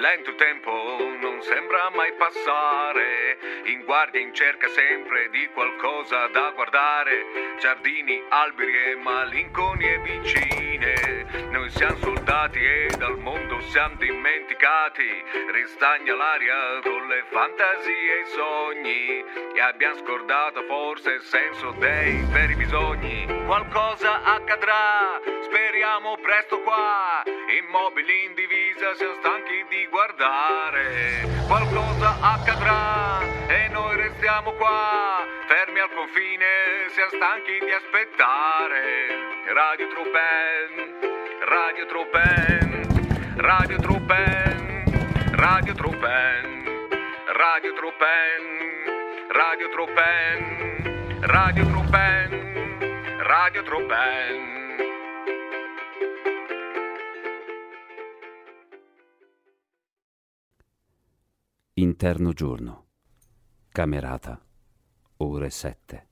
lento il tempo, non sembra mai passare. In guardia, in cerca sempre di qualcosa da guardare. Giardini, alberi e malinconie vicine. Noi siamo soldati e dal mondo siamo dimenticati. Ristagna l'aria con le fantasie e i sogni. E abbiamo scordato forse il senso dei veri bisogni. Qualcosa accadrà, speriamo presto qua. Immobili in divisa, siamo stanchi di guardare. Qualcosa accadrà e noi restiamo qua. Fermi al confine, siamo stanchi di aspettare. Radio Truppen, Radio Truppen, Radio Truppen, Radio Truppen, Radio Truppen, Radio Truppen, Radio Truppen, Radio Truppen. Interno giorno. Camerata. Ore 7.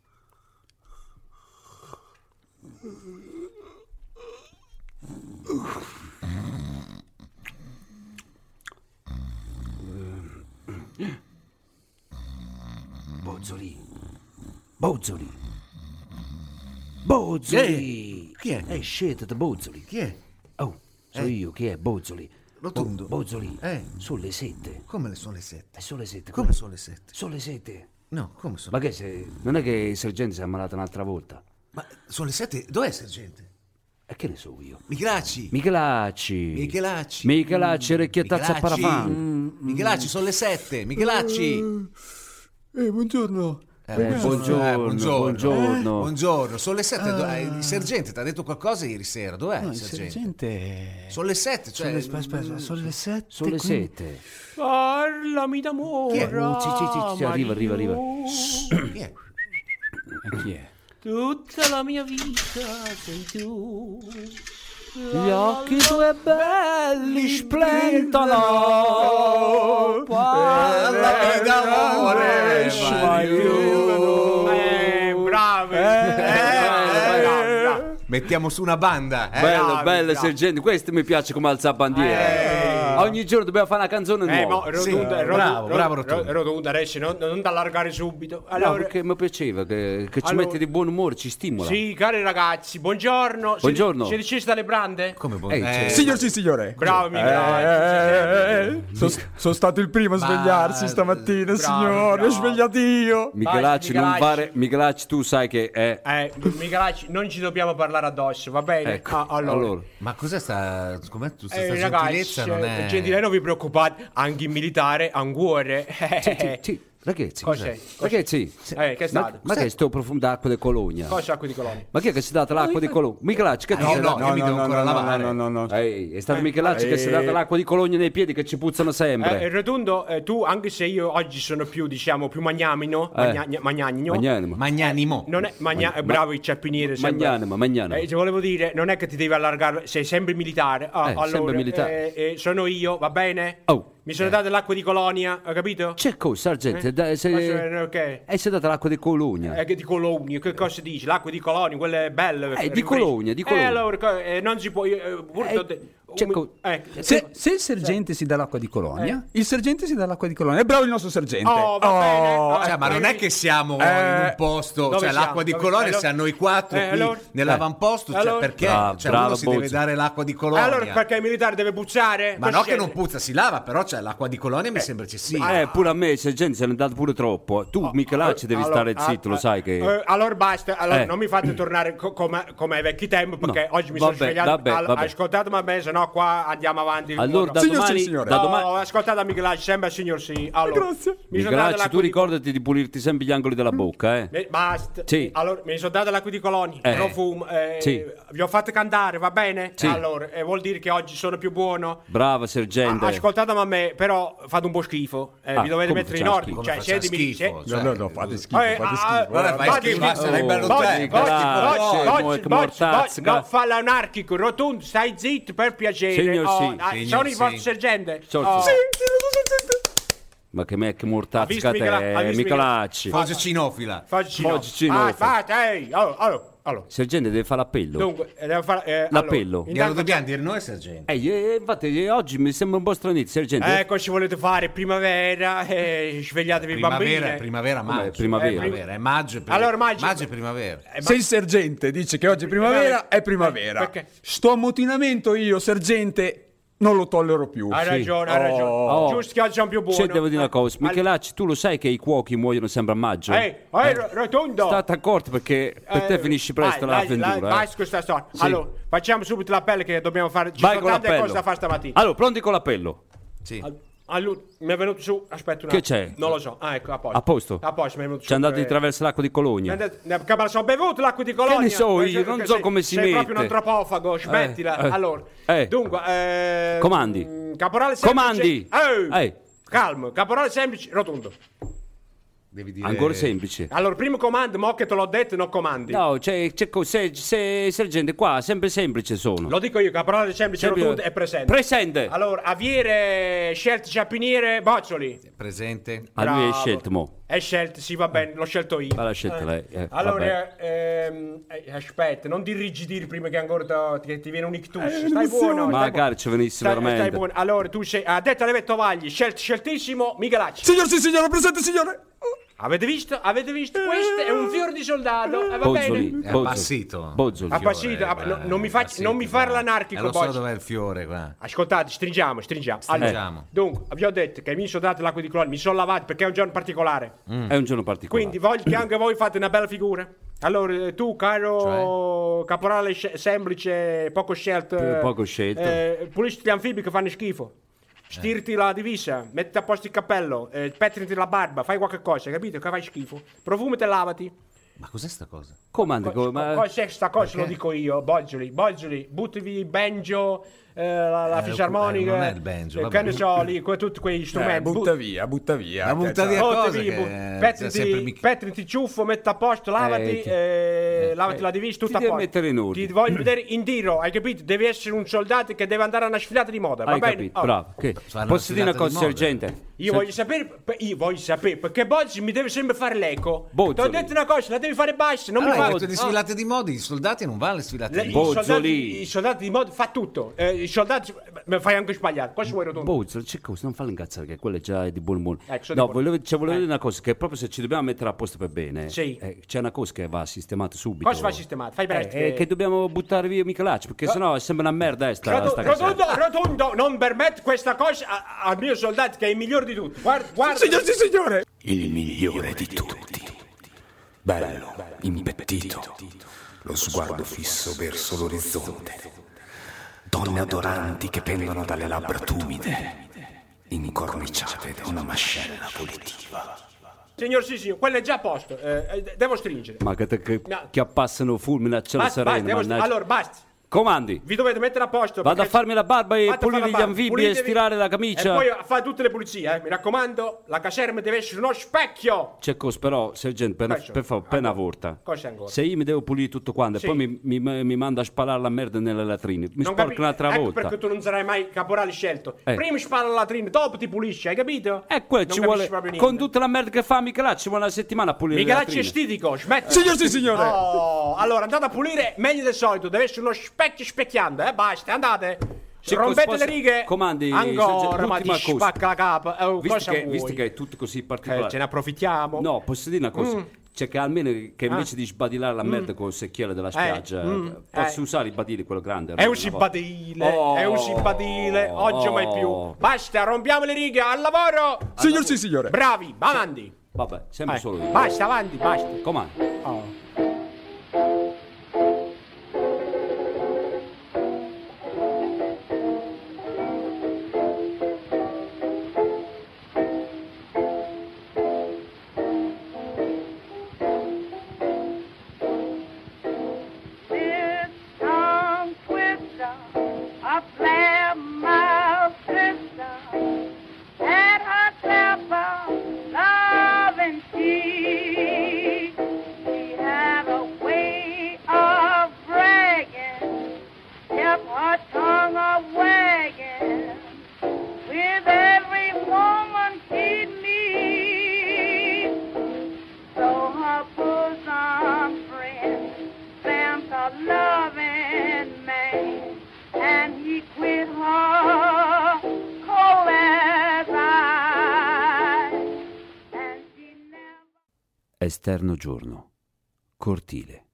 Bozzoli. Bozzoli. Bozzoli. Chi è? Eh, scegliete Bozzoli. Chi è? Oh, so io chi è Bozzoli. Eh. Rotondo. Bo- Bozzoli. Eh. Sono le sette. Come le sono le sette? Eh, sono le sette. Come sono le sette? Sono le sette. No, come sono? Ma che se. Non è che il sergente si è ammalato un'altra volta. Ma sono le sette? Dov'è il sergente? E che ne so io? Michelacci! Michelacci. Michelacci! Mm. Michelacci, orecchiettazza a Michelacci. parafan. Michelacci, Mm, sono le sette! Michelacci! Eh, buongiorno. Eh, buongiorno, Eh, buongiorno. Eh, buongiorno. Sono le sette. do- eh, il sergente ti ha detto qualcosa ieri sera. Dov'è Ah. No, il il sergente? sergente... Sono le sette, cioè... Sono le, aspetta, aspetta, sono le sette. Sono le quindi- sette. Parlami Chi d'amore. è? Oh, sì, sì, sì, sì, arriva, arriva, arriva. mm, Chi è? E chi è? Tutta la mia vita sei tu. Gli occhi tuoi belli splendono. Parlami Eh, d'amore, sbaglio. Eh, bravi. Eh, Eh, bello, Mettiamo su una banda. eh? Bello, Ah, bello, bravo. sergente. Questo mi piace come alza bandiera. Ogni giorno dobbiamo fare una canzone Eh, nuova. mo, rotonda, Sì, rotonda, bravo, bravo, ro- rotonda. rotonda, Reci, non, non t'allargare subito. No, Allora, perché mi piaceva che, che ci Allora- mette di buon umore, ci stimola. Sì, cari ragazzi, buongiorno. Buongiorno. Siete scesi dalle brande? Come può... Ehi, eh, cioè- Signor sì, signore. Eh, Bravo, mi Sono eh. stato il primo a svegliarsi Ma- stamattina, bravo, signore. bravo. Ho svegliato io. Michelacci, Vai, non Michelacci. fare. Michelacci, tu sai che è. Eh, Michelacci, non ci dobbiamo parlare addosso, va bene? Ecco, Ah, allora. allora. Ma cos'è sta... Com'è tu sta, Eh, sta ragazzi, eh, gentilezza? Non è... gentile, non vi preoccupate, anche il militare ha un cuore. Sì, sì, Ragazzi, Eh. Cos'è? ragazzi, Eh, che è ma, stato? ma che è sto profumo d'acqua di Colonia? Cosa acqua di colonia? Ma chi è che si è data l'acqua di Colonia? Michelacci, Eh, che ti Ah, sei io data? no, io mi devo ancora lavare. No, no, no, no. Ehi, è stato Michelacci che si è data l'acqua di Colonia nei piedi che ci puzzano Eh, sempre. Rotondo, eh, tu, anche se io oggi sono più, diciamo, più magnamino, magna- magnagno, Eh. Magnanimo. Magnanimo. non è magna- eh, bravo il ciappiniere sempre. Magnanimo, magnanimo. Eh, se volevo dire, non è che ti devi allargare, sei sempre militare. Ah, Eh, allora, sempre militare. eh, eh, sono io, va bene? Oh. Mi sono dato l'acqua di colonia, hai capito? C'è cosa, sergente? Dai, se- Ma se- Eh, ok. E si è data l'acqua di Colonia. Eh, che di Colonia, che cosa dici? L'acqua di Colonia, quelle belle. Cioè. Eh, di Colonia, di Colonia. Eh, allora, co- eh, non si può. io, eh, pur- Eh, c'è co- eh, Se, se il sergente si dà l'acqua di colonia, il sergente si dà l'acqua di colonia. È bravo il nostro sergente. Oh, va bene. Ah, Cioè, ma non è che siamo Eh, in un posto, dove cioè siamo? l'acqua di Dove- colore allora- se a noi quattro Eh, qui allora- nell'avamposto, Eh, cioè allora- perché Bravo, cioè, bravo, uno si deve Bozzo. dare l'acqua di colonia. allora, perché il militare deve puzzare? ma Cosa no che non siete? puzza, si lava, però c'è l'acqua di colonia mi sembra eccessiva. ah, Eh, pure a me, sergente, se ne è andato pure troppo. Tu, Michelacci, devi Allora, stare zitto, Oh, ah, lo ah, sai che... eh, allora basta, allora Eh. non mi fate tornare co- come, come ai vecchi tempi perché No, oggi mi vabbè, sono svegliato. vabbè, Al- vabbè. Ascoltatemi bene, se no qua andiamo avanti. Allora, da Signor, sì, domani... signore. da No, domani- ascoltate Michelacci, sempre signor sì. Allora, Grazie. mi sono dato Michelacci, l'acqua tu di- ricordati di pulirti sempre gli angoli della bocca, eh. Eh, Basta. Sì. Allora, mi sono data l'acqua di colonia, Eh. profumo, eh, Sì. vi ho fatto cantare, va bene? Sì. Allora, eh, vuol dire che oggi sono più buono? Brava, Ah, sergente. Ascoltatemi a me, però fate un po' schifo, eh, Ah, vi dovete come mettere in facciamo ordine, schifo? cioè Come facciamo siete mili- schifo? cioè, se- No, no, no, fate schifo, eh, ah, Guarda, fai fate schifo, schifo. sarai bello Bocci, te. bocci, Grazie, bocci, grazie, bocci, mo- che bocci, mortazzi, bocci, grazie. no, fa l'anarchico, rotondo, stai zitto per piacere. Signor Oh, sì. ah, Signor sono i sì. forti sergente. Signor Oh, sì. Eh, Ma che me che eh, mortazza visto te, Michela- ha visto Michelacci. Foggio cinofila. Facci Oggi ci no. Ah, nota. fate, ehi, oh, oh, allora. Il sergente deve fare l'appello. Dunque, eh, devo fare, eh, allora, L'appello. Glielo intanto- dobbiamo dire noi, sergente. Eh, eh, infatti eh, oggi mi sembra un po' stranito, sergente. Ecco, ci volete fare primavera, eh, svegliatevi Primavera, bambini. eh. primavera, Com'è, maggio. Eh, primavera? è maggio. è pri- Allora, maggio- è primavera. Eh, ma- Se il sergente dice che oggi è primavera, è primavera. Eh, perché? Sto ammutinamento io, sergente, non lo tollero più. Hai ragione, hai ragione. Oh. Giusto che oggi è un più buono. Se devo dire una cosa, Eh, Michelacci, tu lo sai che i cuochi muoiono sempre a maggio? Eh, eh, ro- rotondo. State accorti perché per te Eh, finisci presto vai, vai, l'avventura. eh. vai su questa storia. Allora, facciamo subito l'appello che dobbiamo fare. Ci Vai sono con tante l'appello. cose da fare stamattina. Allora, pronti con l'appello. Sì. Allora, mi è venuto su. Aspetta un Che attimo. c'è? Non lo so. Ah, ecco, a posto. A posto? A posto, mi è venuto su. Ci è andato di eh, attraverso l'acqua di Colonia. Andate- Che me la sono bevuto l'acqua di colonia Che ne so Eh, io, sei- non che so sei- come si sei proprio un mette. antropophago smettila Eh, eh. allora Eh. dunque eh, Comandi. mm, caporale semplice Comandi. Eh, Eh. calmo caporale semplice rotondo Devi dire... Ancora semplice. allora primo comando mo che te l'ho detto non comandi No, c'è, c'è co- se, se- sergente qua, sempre semplice sono. lo dico io caporale semplice Sempre- rotondo è presente Presente. allora aviere scelto ciappiniere boccioli Presente. A Ah, lui è Bravo. scelto mo. è scelto sì va bene l'ho scelto io Ma l'ha scelto lei, eh, allora ehm, eh, aspetta non ti irrigidire prima che ancora ti- che ti viene un ictus stai buono stai Magari ci venisse Stai- veramente. stai buono. Allora, tu sei a detta dei vettovagli, scel- sceltissimo Michelacci. Signor, sì, signore, presente, signore. Avete visto? Avete visto? Questo è un fior di soldato. Eh, va Bozzoli. bene. È Bozzoli. appassito. Bozzoli. Ah, Appassito, app- no- non mi facci- non mi fare l'anarchico, Eh, lo so poi. dov'è il fiore qua. Ascoltate, stringiamo, stringiamo. Allora, Stringiamo. dunque, vi ho detto che mi sono dato l'acqua di cloro, mi sono lavato perché è un giorno particolare. Mm. È un giorno particolare. Quindi voglio che anche voi fate una bella figura. Allora, eh, tu, caro Cioè? caporale sce- semplice, poco scelto, Eh, poco scelto. eh, pulisci gli anfibi che fanno schifo. Stirti la divisa, metti a posto il cappello, eh, pettinati la barba, fai qualche cosa, capito? Che fai schifo. Profumi e lavati. Ma cos'è sta cosa? Comandi, Co- come- ma- co- Cos'è sta cosa? Lo dico io, Bozzoli, Bozzoli, buttami banjo, eh, la, la Eh, fisarmonica. non è il banjo, eh, vabbè. che ne so, lì, que- tutti quei strumenti. Eh, butta via, butta via. Ma butta Cazzo. via. Oh, cosa ti che, vivo. eh, Petri sempre ti- mica- petri ti ciuffo, metti a posto, lavati, ti- eh, lavati eh, la divisa, ti tutta a devi posto. mettere in ordine. Ti voglio vedere in tiro, hai capito? Devi essere un soldato che deve andare a una sfilata di moda, va Hai bene? capito, Oh, bravo. Che- Fanno Posso dire una sfilate cosa, di moda. sergente? Io voglio sapere, pe- io voglio sapere, perché Bozzi mi deve sempre fare l'eco. Bozzoli. Ah, eh, Ti ho detto una cosa, la devi fare bassa, non Allora, mi hai fa... detto di sfilate di modi, i soldati non vanno le sfilate Le- di i, modi. Bozzoli. soldati, I soldati di moda fa tutto. Eh, I soldati me fai anche sbagliare. Cosa vuoi rotondo? Bowser, c'è cosa, cioè, non fallo incazzare che quella è già di buon buon. Ecco, sono no, di buon- volevo, cioè, volevo Eh. dire una cosa, che proprio se ci dobbiamo mettere a posto per bene, Sì. eh, c'è una cosa che va sistemata subito. Cosa va sistemata? Fai presto. Eh, eh, che dobbiamo buttare via Michelacci, perché sennò sembra una merda eh, sta, Rotondo, sta casetta. rotondo, rotondo, non permetto questa cosa a- al mio soldato che è il migliore di tutti. Guarda, guarda. Signor, sì, signore. il migliore di tutti. Bello, impettito, lo sguardo fisso verso l'orizzonte. Donne adoranti che pendono dalle labbra tumide, incorniciate da una mascella volitiva. Signor sì, signor, quello è già a posto. Eh, eh, devo stringere. Ma che, che, No. che appassano fulmine a cielo Basta, basta, sereno, devo stringere. mannaggia. Allora, basta. Comandi, Vi dovete mettere a posto. vado a perché- farmi la barba e Fate pulire fare gli la barba, anfibi e pulitevi. stirare la E camicia. poi a fare tutte le pulizie, eh. Mi raccomando, la caserma deve essere uno specchio. C'è cosa però, sergente, per, Faccio. per favore, per una Ancora. volta. Cosa ancora? Se io mi devo pulire tutto quanto Sì. e poi mi, mi, mi manda a spalare la merda nelle latrine, mi Non sporco capi- un'altra ecco volta. perché tu non sarai mai caporale scelto. Eh. Prima spara la latrina, dopo ti pulisci, hai capito? E Non quello Eh, ci capisci vuole. proprio niente. Con tutta la merda che fa Michelacci, ci vuole una settimana a pulire le Michelacci è latrine. stitico, smetti. Signor, sì, signore. Oh, allora andate a pulire meglio del solito, deve essere uno specchio specchiante, eh, basta, andate. Sì, Rompete cos- le righe. comandi, ancora, soggetto, ma ti l'ultima cosa. spacca la capa. Eh, oh, Visto cosa che, vuoi? visto che è tutto così Eh, ce ne particolare. approfittiamo. no, posso dire una cosa. Mm. Cioè che almeno che invece di sbadilare la merda con il secchiere della spiaggia, Ah. mm, eh, posso eh. usare il badile quello grande. È almeno un una volta. simbadile, Oh, è un simbadile, oggi mai più. oh. Basta, rompiamo le righe, al lavoro! Signor, sì, signore. Bravi, avanti! Vabbè, sempre Eh, solo io. Basta, avanti, basta. Comandi. This tongue twister, a flare-mouthed sister, had her clever loving cheek. She had Esterno giorno. Cortile.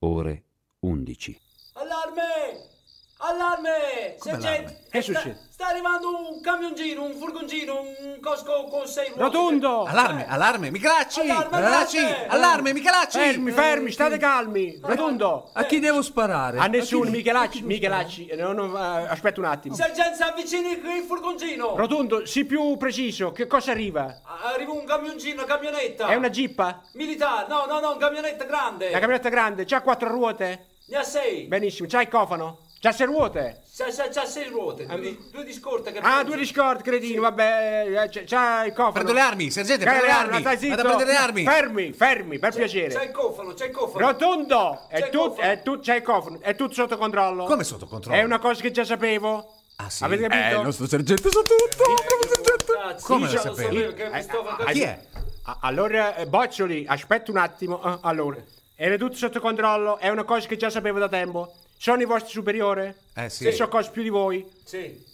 Ore 11. Allarme! Allarme! Sergente! Che sta- succede? Sta, arrivando un camioncino, un furgoncino, un cosco con sei ruote. Rotondo! Allarme, allarme, Michelacci! Allarme, Michelacci! allarme! Allarme, Michelacci! Fermi, fermi, state calmi! Rotondo! A chi devo sparare? A nessuno, Michelacci, Michelacci, eh, no, no, eh, aspetta un attimo. Sergente, si avvicini qui il furgoncino! Rotondo, sii più preciso, che cosa arriva? Arriva un camioncino, una camionetta! È una jeeppa? Militare, no, no, no, una camionetta grande! La camionetta grande, c'ha quattro ruote? Ne ha sei! Benissimo, c'ha il cofano? C'ha sei ruote? C'ha, c'ha- c'ha sei ruote, due, di, due di scorta che Ah, prende. due di scorte, cretino, vabbè, eh, c'è- c'ha il cofano. Prendo le armi, sergente, Prendo prendo le armi! stai zitto. Vado a prendere le armi! Fermi, fermi, per C'è piacere. il cofano, c'è il cofano! Rotondo, C'è è il tutto, cofano. è tutto, c'è il cofano, è tutto sotto controllo. Come sotto controllo? È una cosa che già sapevo. Ah, sì? Avete Eh, capito? il nostro sergente sa tutto! bravo sergente. Cazzo, Come lo diciamo, io non sapevi? sapevo che mi Eh, stavo ah, facendo- Chi è? Ah, Allora, eh, Boccioli, aspetta un attimo. Ah, allora, era tutto sotto controllo, è una cosa che già sapevo da tempo. Sono i vostri superiori? Eh, sì. Se so cose più di voi. Sì.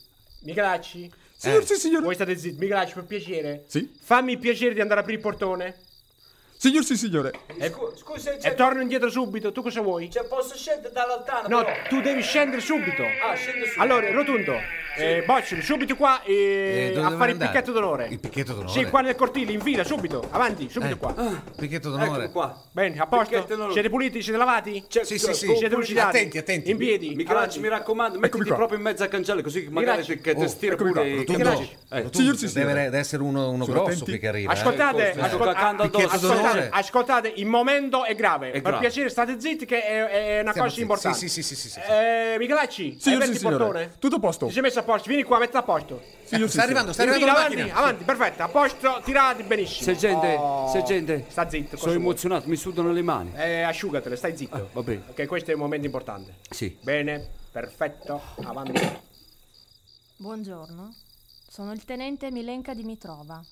Michelacci? Signor, sì, signore. Voi state zitti, Michelacci, per piacere. Sì. Fammi il piacere di andare a aprire il portone. Signor, sì, signore. Scu- scusa, E c'è, torno indietro subito, tu cosa vuoi? c'è- posso scendere dall'altana? No, però? tu devi scendere subito. Ah, scendo su. Allora, Rotundo, eh, Boccioli, subito qua Eh, eh, dove a devo fare il andare? picchetto d'onore. Il picchetto d'onore? Sì, qua nel cortile, in fila, subito, avanti, subito Eh. qua. Ah. Picchetto d'onore. Ecco qua. Bene, a posto? Picchetto d'onore. Siete puliti, siete lavati? Cioè, C'è- Sì, sì, sì. Oh, Siete lucidati? Attenti, attenti. In piedi. Michelacci, mi avanti. raccomando, mettiti qua. proprio in mezzo al cancello così che magari Michelacci. ti, che Oh, ti stira eccomi qua, pure i Eh, Rotondo, capelli. Eh, Rotondo, Signor, sì, signore. Deve, deve essere uno, uno Sono grosso attenti. qui che arriva. eh. Ascoltate, ascol- Eh, toccando addosso. ascoltate, Picchetto ascoltate, d'onore. ascoltate, il momento è grave. per grave. piacere, state zitti che è, è una Siamo cosa zitti. importante. Sì, sì, sì, sì, sì, sì. Eh, Michelacci, Signor, hai aperto sì, il signore. portone? Tutto a posto. Ti sei messo a posto, vieni qua, metti a posto. Signor, sì, Sta arrivando, sta In arrivando fila, la avanti, macchina. avanti, perfetto, a posto, tirati benissimo. Sergente, Oh, sergente. Sta zitto, Sono cosa vuoi? emozionato, mi sudano le mani. Eh, asciugatele, stai zitto. Ah, va bene. Ok, questo è un momento importante. Sì. Bene, perfetto, avanti. Buongiorno, sono il tenente Milenka Dimitrova.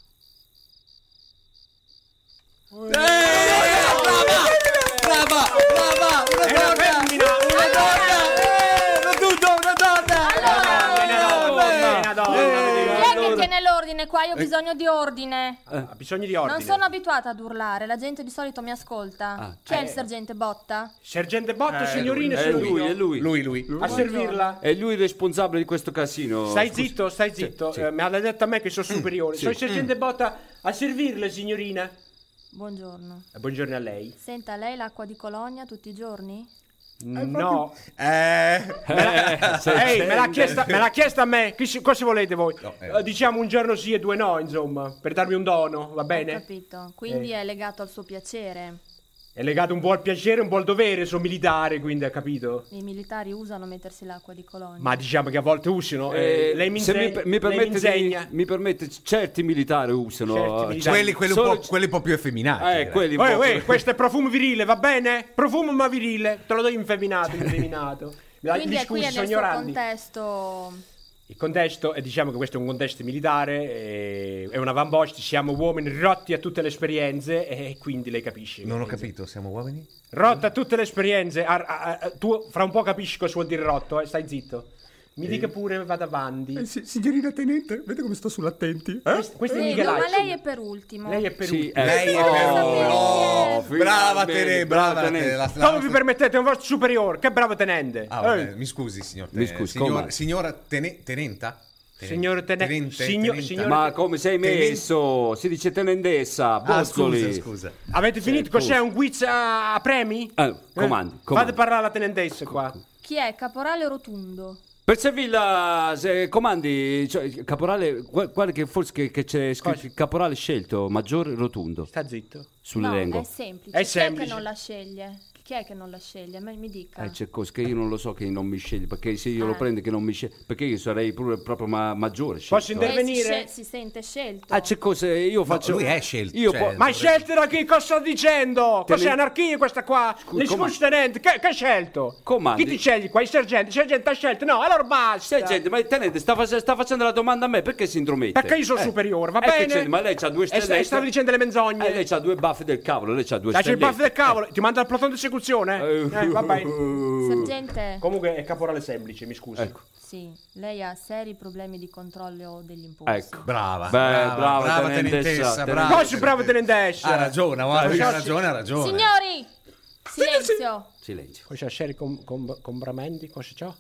Brava, brava, una Era femmina, una Eh, donna, una donna. Chi è che tiene l'ordine qua? Eh. Io ho bisogno di ordine. Ha bisogno di ordine. Ah, Non sono abituata ad urlare, la gente di solito mi ascolta. Chi eh. è il sergente Botta? Sergente Botto, signorino, È lui, è signorino. lui. Lui, lui. A servirla. È lui il responsabile di questo casino. Stai Scusi. zitto, stai zitto. Eh, mi hanno detto a me che sono superiore. Sono il sergente Botta a servirle, signorina. Buongiorno. Eh, Buongiorno a lei. Senta, lei l'acqua di colonia tutti i giorni? No. Eh. Ehi, me l'ha chiesta, me l'ha chiesta a me. Chi si- cosa volete voi? eh. Eh, Diciamo un giorno sì e due no, insomma, per darmi un dono, va Ho bene? Eh. capito, quindi è legato al suo piacere. È legato un po' al piacere e un po' al dovere, sono militare, quindi ha capito? I militari usano mettersi l'acqua di colonia. Ma diciamo che a volte usano. eh, Eh, lei mi, se insegna- mi, per- lei mi mi permette, di- insegna. mi permette, certi militari usano. Certi eh, militari. Quelli, quelli, un Solo- po', quelli un po' più effeminati. Eh, direi. quelli un Uè, po' uè, più- questo è profumo virile, va bene? Profumo ma virile, te lo do infeminato, Cioè. infeminato. Mi quindi è qui scusi, è nel suo signor Anni. contesto. Il contesto, è, diciamo che questo è un contesto militare, eh, è una Van Bosch, siamo uomini rotti a tutte le esperienze eh, e quindi lei capisce. Non ho capito, siamo uomini? Rotta a tutte le esperienze, ar- a- a- tu fra un po' capisci cosa vuol dire rotto, eh, stai zitto. Mi dica pure, vado avanti. Eh, sì, signorina tenente, vedete come sto sull'attenti? Eh? Questo, questo è Vedo, Michelacci. ma lei è per ultimo. Lei è per Sì, ultimo. eh, Lei è oh, per ultimo. no, Brava finalmente, te, brava te. la- la Come vi nostra- permettete, è un vostro superiore, che bravo tenente. Ah, Eh. vabbè, mi scusi, signor Mi Tenente. scusi, come? signora tene- Tenenta? Tenen- Signor Tene- signor- signor- Ma come sei Tenente- messo? Si dice tenendessa, Ah, bozzoli. scusa, scusa. Avete finito? tu- Cos'è un quiz a, a premi? Eh, comandi, Eh, comandi. Fate parlare la tenentessa qua. Chi è? Caporale Rotundo. Per Sevilla, se comandi, cioè, caporale, gu- guarda che forse che, che c'è scritto Cosa? caporale scelto, maggiore rotondo Sta zitto. sulle no, lengo. è semplice. È Chi è semplice. che non la sceglie? Chi è che non la sceglie? Me- Mi dica. Eh, c'è cose che io non lo so che non mi scegli, perché se io lo Eh. prendo che non mi scegli, perché io sarei pure proprio ma- maggiore. scelto, Posso eh. Lei si, intervenire? sce- si sente scelto. Ah, c'è cose, io faccio... lui è scelto, Io cioè- po- Ma sceltela chi cosa sto dicendo? Tenen- Cos'è anarchia questa qua? Scusi, Le scusi comandi. tenente, che, che hai scelto? Comandi. Chi ti scegli qua? Il sergente? Il sergente ha scelto? No, allora basta. Stai, gente, ma il tenente sta, face- sta facendo la domanda a me, perché si intromette? Perché io sono Eh, superiore, va eh, che bene? c'è? ma lei ha due E sta- stelle. e stava dicendo le menzogne. Eh, lei ha due baffe del cavolo, lei ha due Dai, c'è stelle. Eh. il baffo del cavolo, ti manda al plotone di Costituzione? Eh, vabbè. Sergente, Comunque è caporale semplice, mi scusi. Ecco. sì, lei ha seri problemi di controllo degli impulsi. Ecco. Brava, Beh, brava, brava, brava tenentessa, tenentessa, tenente- brava. Così bravo tenente esce. Ha ragione, guarda, ha ragione, ha ragione. Signori, silenzio. Silenzio. Cosa seri com- com- compramenti? Cosa c'ho?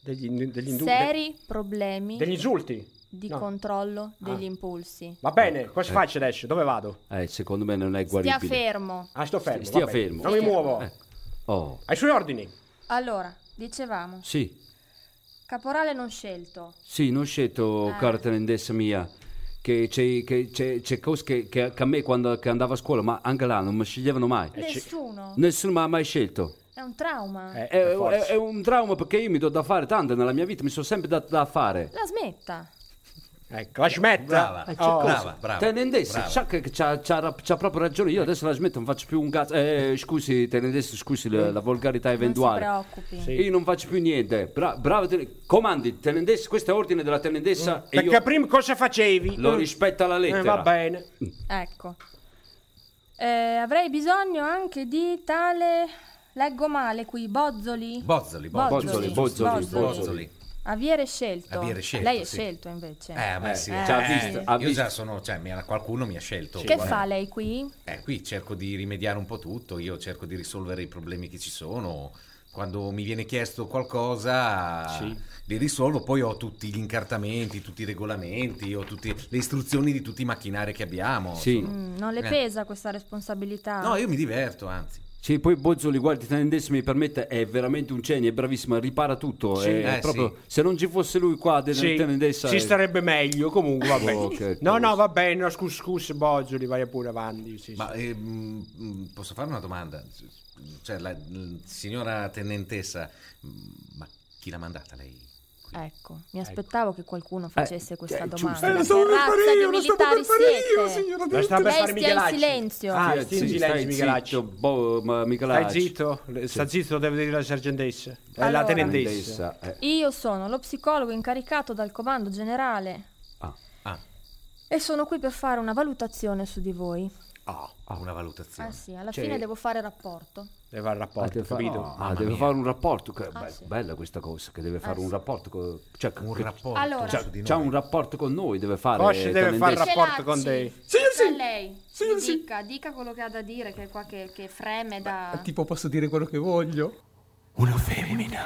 Degli, in- degli, indu- Seri problemi de- degli insulti. di No. controllo degli impimpulsi. Va Ecco, bene, cosa faccio adesso? Dove vado? Eh, secondo me non è Stia guaribile. fermo. Ah, sto fermo. Stia va bene. fermo. Non mi muovo. Oh, Ai suoi ordini. Allora, dicevamo, sì, caporale non scelto. sì, non scelto, Ah. cara tenendessa mia, che c'è, che c'è, c'è cose che, che- che a me quando che andavo a scuola, ma anche là non mi sceglievano mai. Nessuno. Nessuno mi ha mai scelto. È un trauma. Eh, È, per forza. è- è un trauma perché io mi do da fare tanto nella mia vita, mi sono sempre dato da fare. La smetta. Ecco, la smetta. Brava, Oh. brava, brava. Tenendessa, brava. sa che c'ha, c'ha ra- c'ha proprio ragione. Io adesso la smetto, non faccio più un cazzo. Eh, scusi, Tenendessa, scusi la, la volgarità Non si eventuale. preoccupi. Sì. Io non faccio più niente. Bra- bravo, ten- comandi, tenendessa, questo è ordine della tenendessa e oh. Perché io prima cosa facevi? lo rispetto alla lettera. Eh, va bene. Ecco. Eh, avrei bisogno anche di tale... Leggo male qui, Bozzoli. Bozzoli, Bozzoli, Bozzoli, Bozzoli. Aviere scelto. Aviere scelto, Lei è sì. scelto invece. Eh, ma sì, Eh, eh, ci ha visto, ha io visto. già sono, cioè, mi ha- qualcuno mi ha scelto. che Guarda. fa lei qui? Eh, qui cerco di rimediare un po' tutto, io cerco di risolvere i problemi che ci sono. Quando mi viene chiesto qualcosa li risolvo, poi ho tutti gli incartamenti, tutti i regolamenti, ho tutte le istruzioni di tutti i macchinari che abbiamo. Sì. Mm, ah. non le Eh. pesa questa responsabilità? No, io mi diverto, anzi. Sì, poi Bozzoli, guardi, Tenendessa mi permette, è veramente un genio, è bravissimo, ripara tutto. Sì, è eh, proprio- sì. Se non ci fosse lui qua, de- Sì, Tenendessa... ci eh, starebbe meglio comunque, va bene. Oh, che no, no, cosa. va bene, no, scusa, scusa, Bozzoli, vai pure avanti. Sì, sì. Ma ehm, mm, posso fare una domanda? Cioè, la mm, signora tenentessa, mm, ma chi l'ha mandata lei? Ecco, mi aspettavo che qualcuno facesse questa eh, domanda. giusto. Eh, lo Che stavo razza di militari siete? La sta per Lei fare stia in Michelacci. silenzio. Ah, stia sì, in sì, silenzio, stai Michelacci. zitto, boh, ma Stai Michelacci. zitto, le- sta zitto, deve dire la sergentessa. Eh, la Allora. tenentessa. Tenendessa, eh, Io sono lo psicologo incaricato dal comando generale. Ah, ah. E sono qui per fare una valutazione su di voi. Oh, una valutazione. Ah sì, alla Cioè- fine devo fare rapporto. Deve oh, fare il rapporto, deve fa- capito? ah, deve fare un rapporto. che- Ah, be- sì. Bella questa cosa, che deve fare sì. un rapporto. co- cioè, Un che- rapporto Allora. su c'ha- di c'ha noi. un rapporto con noi, deve fare. Cosci deve fare il Tenendessa. rapporto con te. Sì, lei. Mi Dica, dica quello che ha da dire, che è qua che, che freme da... Tipo, posso dire quello che voglio? Una femmina.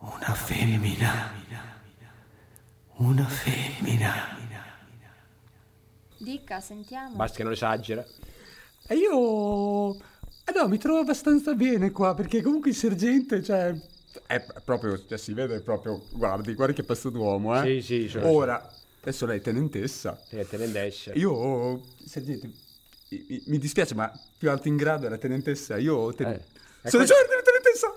Una femmina. Una femmina. Dica, sentiamo. Basta che non esagera. E io... Eh no, mi trovo abbastanza bene qua, perché comunque il sergente, cioè... È proprio, cioè, si vede proprio, guardi, guardi che pezzo d'uomo, eh. Sì, sì, sì. Ora, adesso lei è tenentessa. Sì, la tenentessa. Io, sergente, mi, mi- mi dispiace, ma più alto in grado è la tenentessa, io... te- Eh. Sono Ecco- giorno di tenentessa!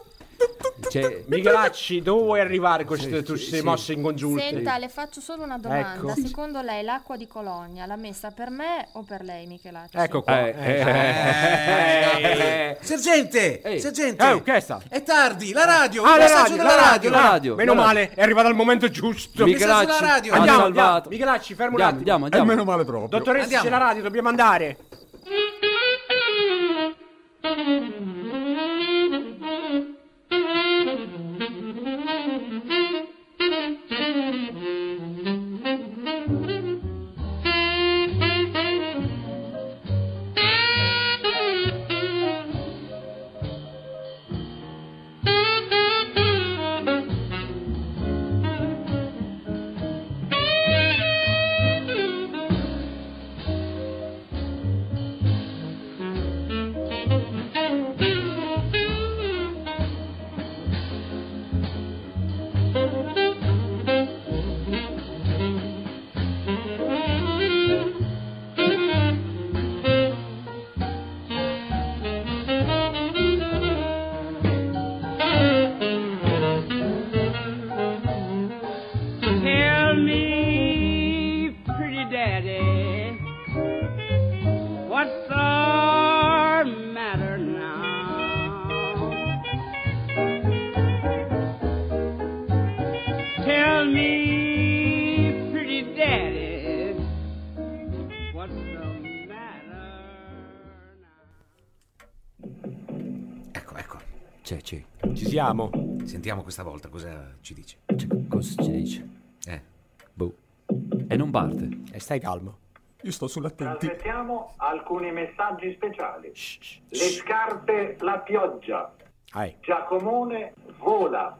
Cioè, Michelacci, dove vuoi arrivare con queste tue sì, sì. mosse in congiunte? Senta, le faccio solo una domanda. Ecco. Secondo lei l'acqua di Colonia l'ha messa per me o per lei, Michelacci? Ecco qua. eh, Eh, eh. eh, Sergente, Ehi. sergente, Eh, che è sta? è tardi, la radio, Ah, il la messaggio radio, della radio, la ah, radio, Meno la radio. male, è arrivato al momento giusto. Michela- Michelacci sulla radio. ha Andiamo, salvato. andiamo. Michelacci, fermo un Andiamo, attimo. andiamo, andiamo. meno male proprio. Dottoressa, Andiamo. c'è la radio, dobbiamo andare. Tell me, pretty daddy, what's the matter now? Tell me, pretty daddy, what's the matter now? c'è, c'è. Ci siamo. Ecco, Sentiamo questa volta cosa ci dice. cioè, cosa ci dice? Eh. Boh. E non parte. E stai calmo. Io sto sull'attenti. Trasmettiamo alcuni messaggi speciali. Le scarpe, la pioggia. Ai. Giacomone vola.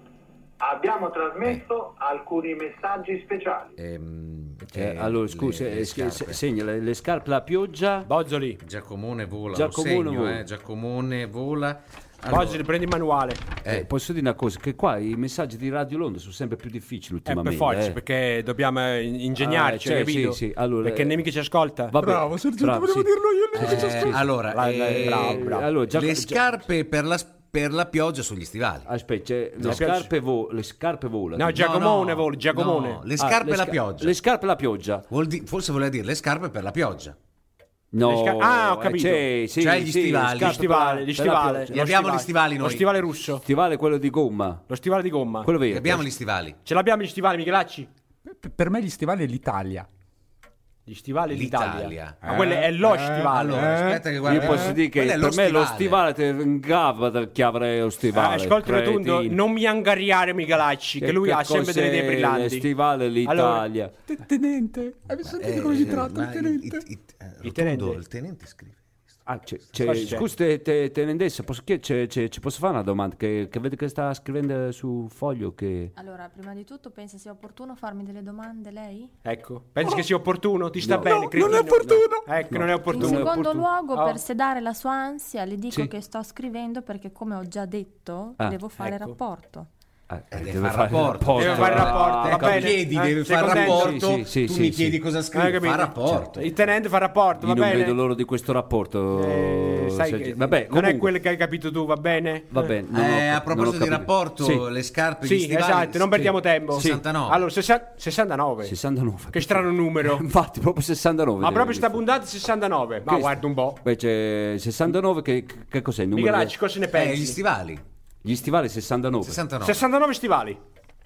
Abbiamo trasmesso alcuni messaggi speciali. ehm, Eh, allora, scusa, eh, se- se- segna le, le scarpe, la pioggia. Bozzoli. Giacomone vola. Giacomone Giacomone vola. Eh, Giacomone vola. vola. Bozzoli, prendi il manuale. Eh, posso dire una cosa? Che qua i messaggi di Radio Londra sono sempre più difficili Eh, ultimamente. per forza, eh. perché dobbiamo eh, ingegnarci, Ah, cioè, capito? sì, sì, allora, perché il eh, nemico ci ascolta. vabbè, Bravo, Sergio, bravo, volevo sì. dirlo io, Eh, allora, Dai, dai, eh, bravo, bravo. allora, già- le già- scarpe per la, per la pioggia sono gli stivali. Aspetta, c'è- le, No. scarpe vo- le scarpe volano. No, Giacomone No, no, vola, Giacomone. no, le scarpe e alla pioggia. Ah, Le scarpe e la pioggia. Vuol di- forse voleva dire le scarpe per la pioggia. No, Le sca- ah, ho capito. C'è, sì, Cioè, gli sì, stivali. Gli scarpe stivali, per- gli per la stivali. pioggia. Li abbiamo gli stivali noi. Lo stivale russo. Stivale quello di gomma. Lo stivale di gomma. Quello vero. Abbiamo gli stivali. Ce l'abbiamo gli stivali, Michelacci? Per me gli stivali è l'Italia. Gli stivali L'Italia. d'Italia. Ma quello è lo Eh, stivale. Eh, allora, aspetta che guarda. Io posso dire che quello per eh? è me stivale. lo Ah, stivale te ingava dal chiavare lo stivale. cioè, Ascolti rotondo, cretino. non mi angariare Michelacci, che, lui ha sempre delle idee cos'è lo brillanti. stivale l'Italia. ah, Te- Tenente, hai sentito come si tratta Eh, il tenente? Il tenente. il tenente scrive. Ah, c'è, c'è- Cosa c'è? scusa, te, te, tenendessa, posso, chied- c'è- c'è- ci posso fare una domanda? Che, che vedo che sta scrivendo su foglio che... Allora, prima di tutto, pensa sia opportuno farmi delle domande lei? Ecco, pensi che sia opportuno? Ti sta No. bene, No, cretino? non è opportuno. Ecco, No. non è In opportuno. secondo luogo, Ah. per sedare la sua ansia, le dico Sì. che sto scrivendo perché, come ho già detto, Ah, devo fare ecco. rapporto. Ah, eh, Deve fare rapporto. Deve fare rapporto, va bene. chiedi, Eh, deve sei fare contento? rapporto. Sì, sì, tu sì, mi sì. chiedi cosa Hai scrive. capito? Cioè, Fa rapporto. Il tenente fa rapporto, va Io non bene. vedo l'ora di questo rapporto. Eh, sai Sergio. che- Vabbè, non è comunque, quello che hai capito tu, va bene? Va bene, non ho- Eh, non a ho proposito di capito. rapporto, eh. Sì. le scarpe, gli Sì, stivali. esatto, non sì. perdiamo tempo. 69. Allora, sessa- 69. 69. Che strano numero. Infatti, proprio 69. Ma proprio sta puntata 69. Ma Che- guarda un po'. Beh, c'è 69 che, che cos'è il numero? Michelacci, cosa ne Eh, pensi? gli stivali. Gli stivali 69. 69. 69 stivali.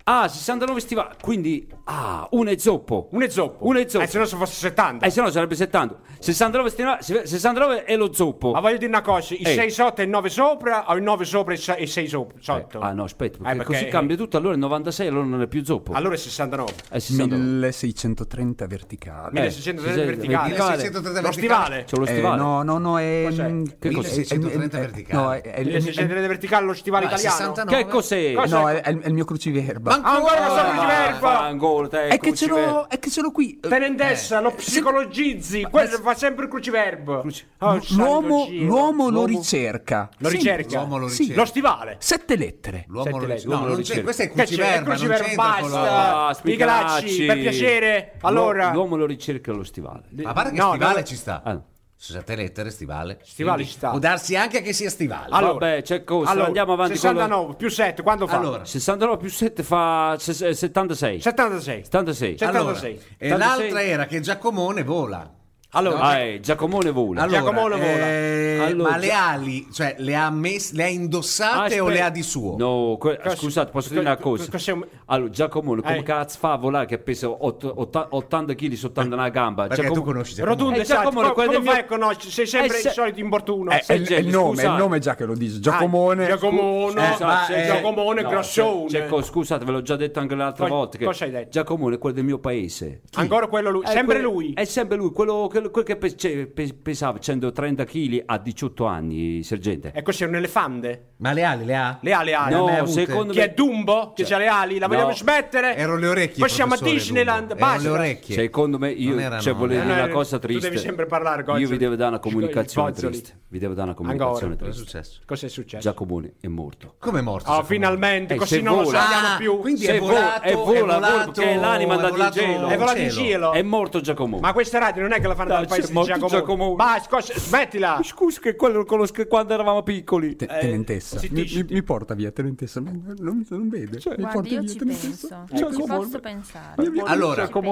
Ah, 69 stivali. Quindi, ah, un è zoppo. Un e zoppo. Un e zoppo. Eh, se no se fosse 70. Eh, se no sarebbe 70. 69, stivali- 69 è lo zoppo. Ma voglio dire una cosa, il Ehi. 6 sotto e il 9 sopra o il 9 sopra e il 6 sopra? Sotto. Ah no, aspetta, perché, Eh, perché- così cambia tutto, allora il 96 allora non è più zoppo. Eh, Allora è 69. È 69. 1630 verticale. 1630 eh, verticale. 1630 Lo stivale. C'è lo stivale. Eh, no, no, no, è... Cos'è? Che cos'è? 1630 È- è- è- verticale. No, è, è- è- 1630 verticale lo stivale Ma italiano. 69. Che cos'è? Cosa- no, è, è il- è il mio cruciverba. Ma- Ah, ancora lo so Ah, fa cruciverba. ancora, te, è, che ce cruciverba. l'ho, è che ce l'ho qui. Tenendessa, lo psicologizzi, quello fa sempre il cruciverbo. Oh, santo L'uomo, cielo. Ah, l'uomo lo L'uomo- ricerca. Lo Sì. ricerca. L'uomo lo Sì. ricerca. Lo stivale. Sette lettere. L'uomo Senti lo lei, ricerca. l'uomo No, lo non c'è. ricerca. Questo è Che c'è? Il Cruciverba, non cruciverbo, c'entra con la... basta. Ah, Michelacci, Spicacci. per piacere. L'uo- Allora, L'uomo lo ricerca lo stivale. Ma a parte che No, stivale no. ci sta. Ah, no. Su sette lettere, stivale. Stivale Quindi ci sta. Può darsi anche che sia stivale. Allora, Vabbè, c'è cosa, allora, andiamo avanti con la- 69 più 7, quanto fa? Allora, 69 più 7 fa ses- eh, 76. 76. 76. Cioè- Allora, 76. e l'altra era che Giacomone vola. Allora, Ah, eh, Giacomone vola. Allora, Giacomone vola. eh, Allora, ma le Gia- ali, cioè le ha, mess- le ha Ah, indossate o Aspetta. le ha di suo? No, que- Cos- scusate, posso dire una co- cosa? cos'è un- Allora, Giacomone, come Eh. cazzo fa a volare che pesa otto- otta- 80 kg sotto una gamba? Perché Giacomo- tu conosci Giacomone. Rotundo, Eh, esatto. Giacomo, come, quello come mio- fai a conoscere? Sei sempre Eh, se- il solito importuno. È, è il- è il nome, è il scusate. nome già che lo dice. Giacomone. Giacomone, Eh, sa- ma- c'è- Giacomone no, Grossone. c'è- c'è co- scusate, ve l'ho già detto anche l'altra Co- volta. Che cosa hai detto? Giacomone è quello del mio paese. Ancora quello lui, È sempre Eh, quel- lui. È sempre lui, quello, quello- quel che pe- cioè, pe- pesava 130 kg a 18 anni, sergente. Ecco, c'è un elefante. Ma le ali le ha? Le ali, ali. No, mai avute? secondo Chi me... è Dumbo? Che c'ha le ali? La No. vogliamo smettere? Erano Cioè, le orecchie. Poi siamo a professore Disneyland. Dumbo. Erano Basta. le orecchie. Secondo me io Non erano- cioè, volevo Eh, dire una no, cosa tu triste. devi sempre parlare, Gozzo. Io vi devo dare una comunicazione Gozzoli. triste. Vi devo dare una Ancora. comunicazione Cosa è triste. successo? Cosa è successo? Giacomone è morto. Come è morto? Oh, Giacomone? finalmente, Eh, così se non lo vola. sappiamo Ah, più. quindi Se è vola- volato, è vola, vola, volato- perché l'anima è andata in volato- cielo. È volato in cielo. È morto Giacomone. Ma questa radio non è che la fanno Dai, dal paese c'è di morto Giacomone. Giacomone. Basta, cos- smettila. Scusa che quello con lo sch- quando eravamo piccoli. Te- tenentessa, mi, zittisci. mi- mi porta via, tenentessa. Non, non, non vede. Cioè, mi Guardi, porta io via, ci tenentessa. penso. Ecco, Cioè, Ci come- posso pensare. Io mi- Allora, Ci penso.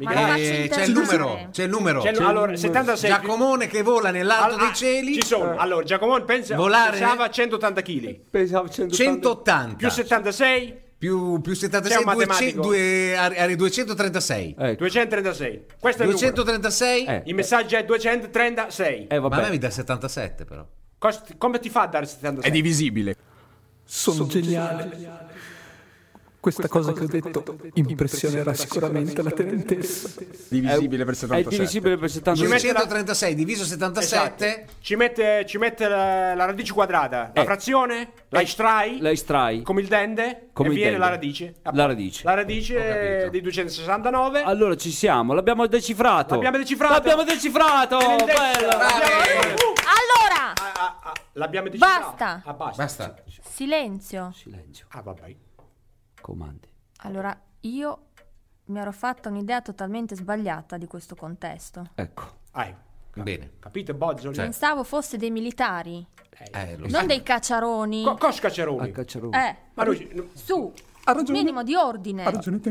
Ma lo faccio Eh, c'è il numero, interessare. c'è il numero. C'è- Cioè, allora, 76 Giacomone che vola nell'alto Allora, ah, dei cieli. Ci sono. Allora, Giacomone pensa Volare- pesava 180 kg. Pesava 180. 180 Più 76, più, più C'è 76 un matematico. 200, due- ar- ar- 236 Ecco. 236. Questo è il numero. 236 Eh, Il messaggio è 236. eh, ma a me vabbè. mi dà 77 però Cost- come ti fa a dare È 76? divisibile. Sono, geniale. Questa, cosa che ho detto impressionerà sicuramente la tenentessa. Divisibile per 77. Ci mette la- 136 diviso 77 Esatto. Ci mette, ci mette la, la radice quadrata, la Eh. frazione, la estrai, La estrai. come il dente, Come e il viene dente. la radice. La radice. La radice dei 269. Allora ci siamo, l'abbiamo decifrato. L'abbiamo decifrato. L'abbiamo decifrato. Tenentessa, Bello. l'abbiamo- Allora, Ah, L'abbiamo decifrato. basta. Ah, basta. Eh, Silenzio. Ah, vabbè. Comandi. Allora, io mi ero fatta un'idea totalmente sbagliata di questo contesto. Ecco. Bene. Capite, Bozzoli? Certo. Pensavo fosse dei militari, Eh, lo non dei cacciaroni. Co- cos cacciaroni. eh, Ma lui- su, minimo di ordine.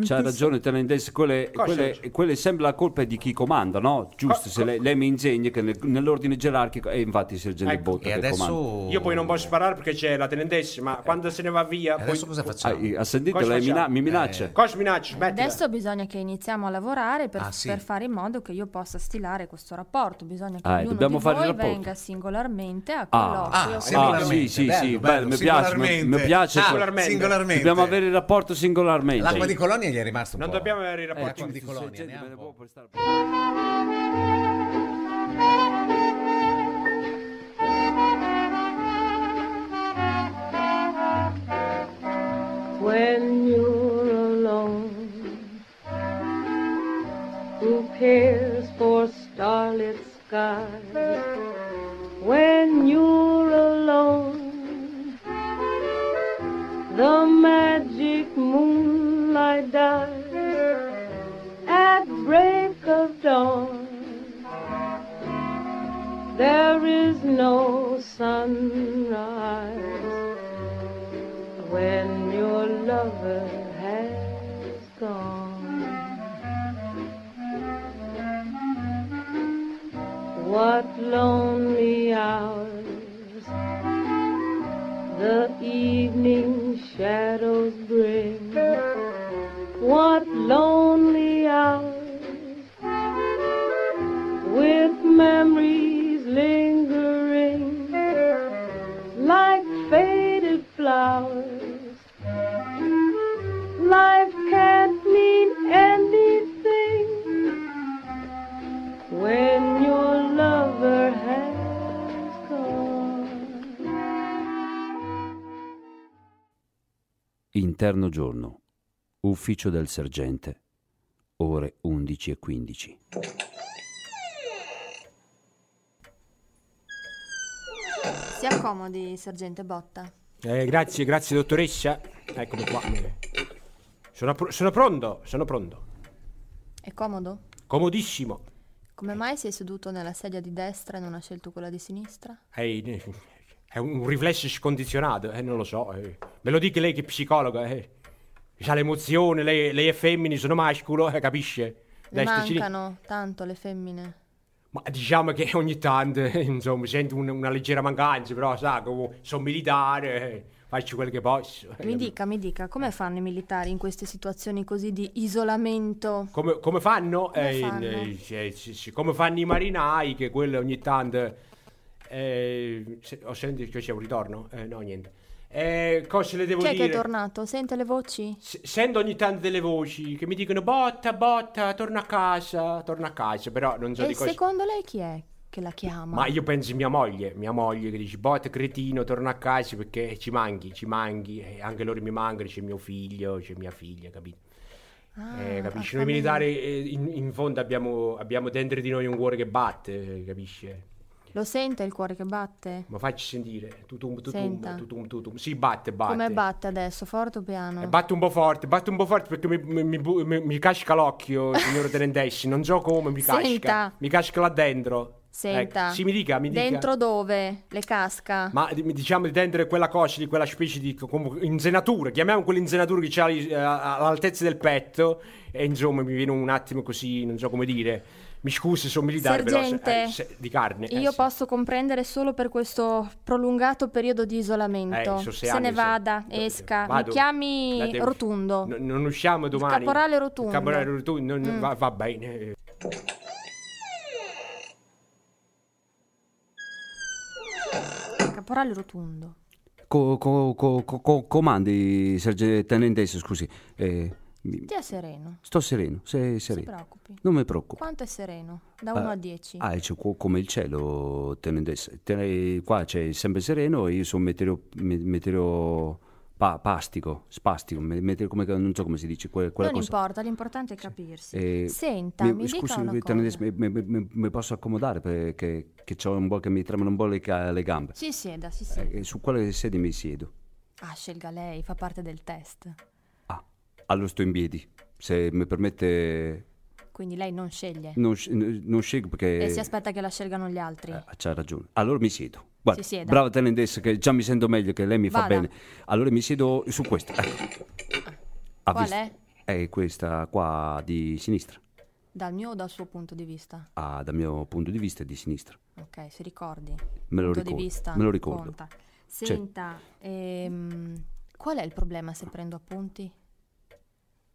C'ha ragione Tenendesse, quelle, Cosa quelle- quelle sembra la colpa di chi comanda, no? Giusto, se lei, lei mi insegna che nel- nell'ordine gerarchico e infatti il sergente Ecco. Botta che comanda. Io poi non posso sparare perché c'è la tenentessa, Eh. ma quando se ne va via... Adesso cosa Ah, ha sentito? Lei mina- Eh. mi minaccia. Cosa minaccia? Smettila. Adesso bisogna che iniziamo a lavorare per, Ah, sì. per fare in modo che io possa stilare questo rapporto. Bisogna che Ah, eh, ognuno dobbiamo di fare il voi rapporto. venga singolarmente a Ah, colloquio. sì, sì, sì, bello, bello, mi piace, mi, mi singolarmente. piace. Ah, quello. singolarmente. Singolarmente. Dobbiamo avere il rapporto singolarmente. Eh, L'acqua di colonia gli è rimasta un Non Boh. po'. eh. dobbiamo avere i rapporti di colonia. neanche un po'. when you're alone. Who cares for starlit skies when you're alone? The magic moonlight dies at break of dawn. There is no sunrise when your lover has gone. What lonely hours the evening shadows bring. What lonely hours with memories lingering like faded flowers. Life can't mean anything when your lover has gone. Interno giorno, ufficio del sergente, ore 11 e 15. Ah. Si accomodi, sergente Botta. Eh, grazie, grazie dottoressa. Eccomi qua. Sono, pr- sono pronto, sono pronto. È comodo? Comodissimo. Come mai sei seduto nella sedia di destra e non hai scelto quella di sinistra? Ehi, È un riflesso scondizionato, eh, non lo so. eh. Me lo dica lei che è psicologa. Eh. C'ha l'emozione, lei, lei è femmina, sono masculo, eh, capisce? Le Destra e sinistra. mancano tanto le femmine. Ma diciamo che ogni tanto, eh, insomma, sento un- una leggera mancanza, però sa, come sono militare, eh, faccio quel che posso. eh, Mi dica, mi dica, come fanno i militari in queste situazioni così di isolamento? Come, come fanno? Come Eh, in- fanno? eh, sì, sì, sì, come fanno i marinai che quello ogni tanto... eh, se- ho sentito che c'è un ritorno? Eh, no, niente. Eh, cosa le devo Chi è che dire? è tornato? Sente le voci? S- Sento ogni tanto delle voci che mi dicono botta, botta, torna a casa, torna a casa, però non so e di cosa... secondo lei chi è che la chiama? Ma io penso a mia moglie, mia moglie che dice botta cretino, torna a casa perché ci manchi, ci manchi, e anche loro mi mancano, c'è mio figlio, c'è mia figlia, capito? Ah, Eh, capisci? la Noi militari eh, in, in fondo abbiamo, abbiamo dentro di noi un cuore che batte, eh, capisci? famiglia. Lo sente il cuore che batte? Ma facci sentire, tutum, Senta. tutum, tutum, tutum, si batte, batte. Come batte adesso? Forte o piano? Eh, Batte un po' forte, batte un po' forte perché mi, mi- mi bu- mi- mi casca l'occhio, signor Tenentessi. Non so come mi casca. Senta. Mi casca là dentro. Senta. Ecco, sì, mi dica, mi dica. Dentro dove? Le casca? Ma di- diciamo di tendere quella coscia, di quella specie di com- inzenatura, chiamiamo quell'inzenatura che c'ha eh, all'altezza del petto e insomma mi viene un attimo così, non so come dire, mi scusi, sono militare però se- Sergente, eh, se- di carne. eh, Io sì. posso comprendere solo per questo prolungato periodo di isolamento. Eh, so se Se anni, ne so- vada, esca, Vado. mi chiami La devo- Rotundo. No- non usciamo domani. caporale Rotundo. Il caporale Rotundo, non- Mm. va, va bene. Eh, Caporale Rotundo. co- co- co- co- co- comandi, sergente tenentessa, scusi. eh, mi- Ti è sereno. sto sereno, sei Non ti sereno. preoccupi. Non mi preoccupo. Quanto è sereno? Da Ah, 1 a 10. Ah, c'è qua come il cielo, tenentessa. Tene- qua c'è sempre sereno e io sono meteo, me- meteo pa- pastico, spastico, me- meteo- come- non so come si dice, que- quella Non cosa. importa, l'importato è capirsi. Eh, Senta, mi, dica scusi, una cosa. tenentessa, mi, mi- mi- mi posso accomodare perché che c'ho un po' che mi tremano un po' le, ca- le gambe. Si sieda, si sieda. Eh, su quale sedia mi siedo? Ah, scelga lei, fa parte del test. Allo sto in piedi. Se mi permette, Quindi lei non sceglie. non, sc- non scelgo perché. eh, E Eh, si aspetta che la scelgano gli altri. C'ha ragione. Allora mi siedo. Guarda, Si sieda. brava tenendessa, che già mi sento meglio, che lei mi fa Vada. bene. Allora mi siedo su questa. Ecco. Ha Qual visto? è? È questa qua di sinistra. Dal mio o dal suo punto di vista? Ah, dal mio punto di vista è di sinistra. Ok, si ricordi. Me lo punto di ricordo, vista. me lo ricordo. Cioè Conta. Sì. Senta, ehm, qual è il problema se prendo appunti?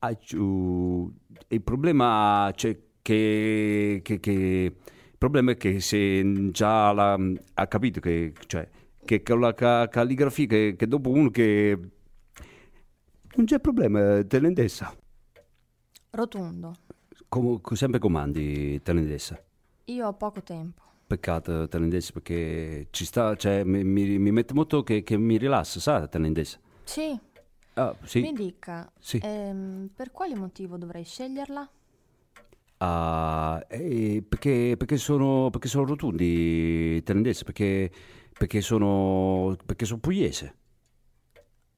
Ah, ci- uh, il problema c'è che, che- che- il problema è che se già la- ha capito che, cioè, che con la ca- calligrafia che, che dopo uno che non c'è problema, eh, telendessa. Rotondo. Com- sempre comandi telendessa. Io ho poco tempo. Peccato telendessa perché ci sta, cioè, mi, mi- mi mette molto che, che mi rilassa, sa telendessa. Sì, Ah, sì. mi dica, Sì. ehm, per quale motivo dovrei sceglierla? Ah, eh, perché, perché sono, perché sono rotondi tenendesse, perché, perché sono, perché sono pugliese.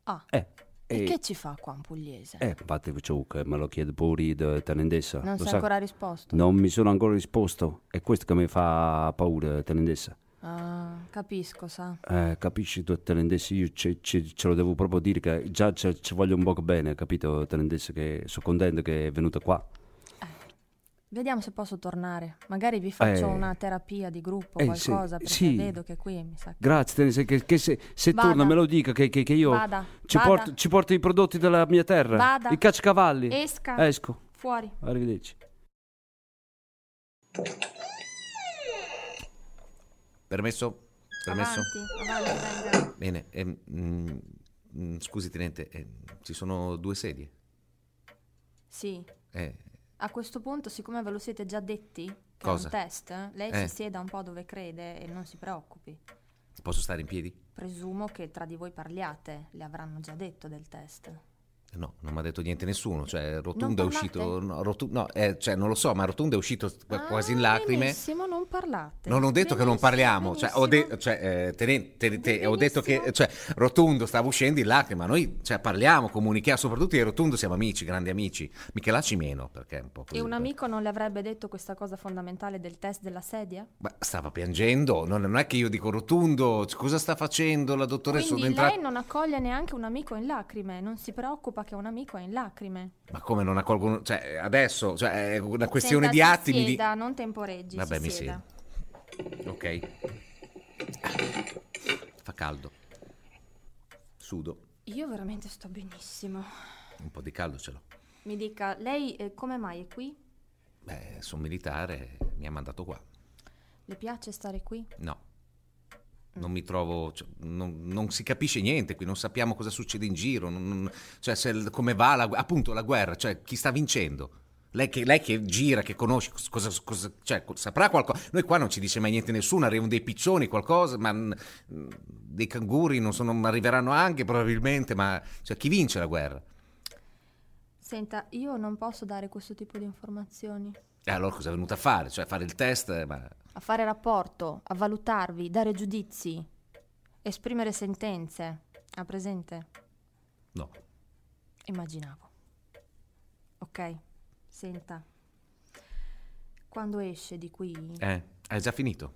Ah, Eh, e eh, che ci fa qua un pugliese? eh, infatti ciò che me lo chiede pure il tenendessa. Non lo si è sa- ancora risposto. Non mi sono ancora risposto, è questo che mi fa paura, tenendessa. Ah, capisco, sa. Eh, capisci tu, tenendessa, io ce, ce- ce lo devo proprio dire che già ce- ci voglio un po' bene, capito, tenendessa, che sono contento che è venuta qua. Vediamo se posso tornare. Magari vi faccio Eh. una terapia di gruppo, Eh, sì, qualcosa, perché sì. vedo che qui mi sa che... Grazie, Teresa, che, che se, se Vada. torna me lo dica che, che- che io Vada, ci, vada. Porto, ci porto i prodotti della mia terra, Vada. i cacciacavalli. Esca. Esco, Fuori. arrivederci. Permesso? Permesso? Avanti, avanti, venga. Bene. ehm, mm, mm, scusi, tenente, ehm, ci sono due sedie. Sì. Eh, A questo punto, siccome ve lo siete già detti, che è Cosa? un test, eh, lei Eh. si sieda un po' dove crede e non si preoccupi. posso stare in piedi? Presumo che tra di voi parliate, le avranno già detto del test. No, non mi ha detto niente nessuno. Cioè, Non Rotundo è parlate? uscito. No, Rotu- no, eh, cioè, non lo so, ma Rotundo è uscito qu- Ah, quasi in lacrime. Benissimo, non parlate. Non ho detto che non Benissimo, parliamo, cioè, ho, de- cioè, eh, tenen- te- te- ho detto che cioè, Rotundo stava uscendo in lacrime, ma noi cioè, parliamo, comunichiamo, soprattutto io e Rotundo siamo amici, grandi amici. Michelacci meno, perché è un po' E così. un amico non le avrebbe detto questa cosa fondamentale del test della sedia? Ma stava piangendo, non, non è che io dico Rotundo, c- cosa sta facendo la dottoressa? Quindi Sono entrata- lei non accoglie neanche un amico in lacrime, non si preoccupa che un amico è in lacrime. Ma come non accolgo... un- Cioè, adesso, cioè, è una questione Senta, di si atti, mi di- sieda, non temporeggi, Vabbè, si mi sieda. siedo. Ok. Fa caldo. Sudo. Io veramente sto benissimo. Un po' di caldo ce l'ho. Mi dica, lei eh, come mai è qui? Beh, sono militare, mi ha mandato qua. Le piace stare qui? No. Non mi trovo, cioè, non, non si capisce niente qui, non sappiamo cosa succede in giro, non- non- cioè se- come va la, appunto la guerra, cioè chi sta vincendo? Lei che, lei che gira, che conosce, cos- cosa, cosa- cioè, co- saprà qualcosa? Noi qua non ci dice mai niente nessuno, arrivano dei piccioni, qualcosa, ma mm, dei canguri non sono, ma arriveranno anche probabilmente, ma cioè, chi vince la guerra? Senta, io non posso dare questo tipo di informazioni. E allora cosa è venuta a fare? Cioè fare il test, eh, ma A fare rapporto, a valutarvi, dare giudizi, esprimere sentenze. Ha presente? no. Immaginavo. Ok, senta. Quando esce di qui, Eh, è già finito,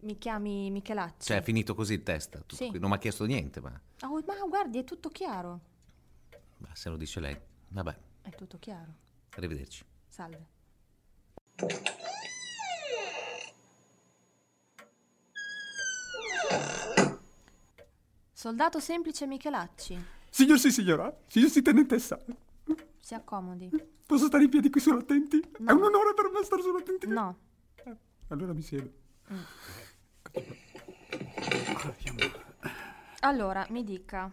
mi chiami Michelacci. cioè è finito così il test, tutto Sì. qui. non mi ha chiesto niente, ma... Oh, ma guardi, è tutto chiaro. Ma Ah, se lo dice lei, vabbè, È tutto chiaro. arrivederci. Salve. Soldato semplice Michelacci, Signor sì, signora. Signor sì, tenentessa. si accomodi. Posso stare in piedi qui solo attenti? No. È un onore per me stare solo attenti. No. Eh, Allora mi siedo. Allora, mi dica.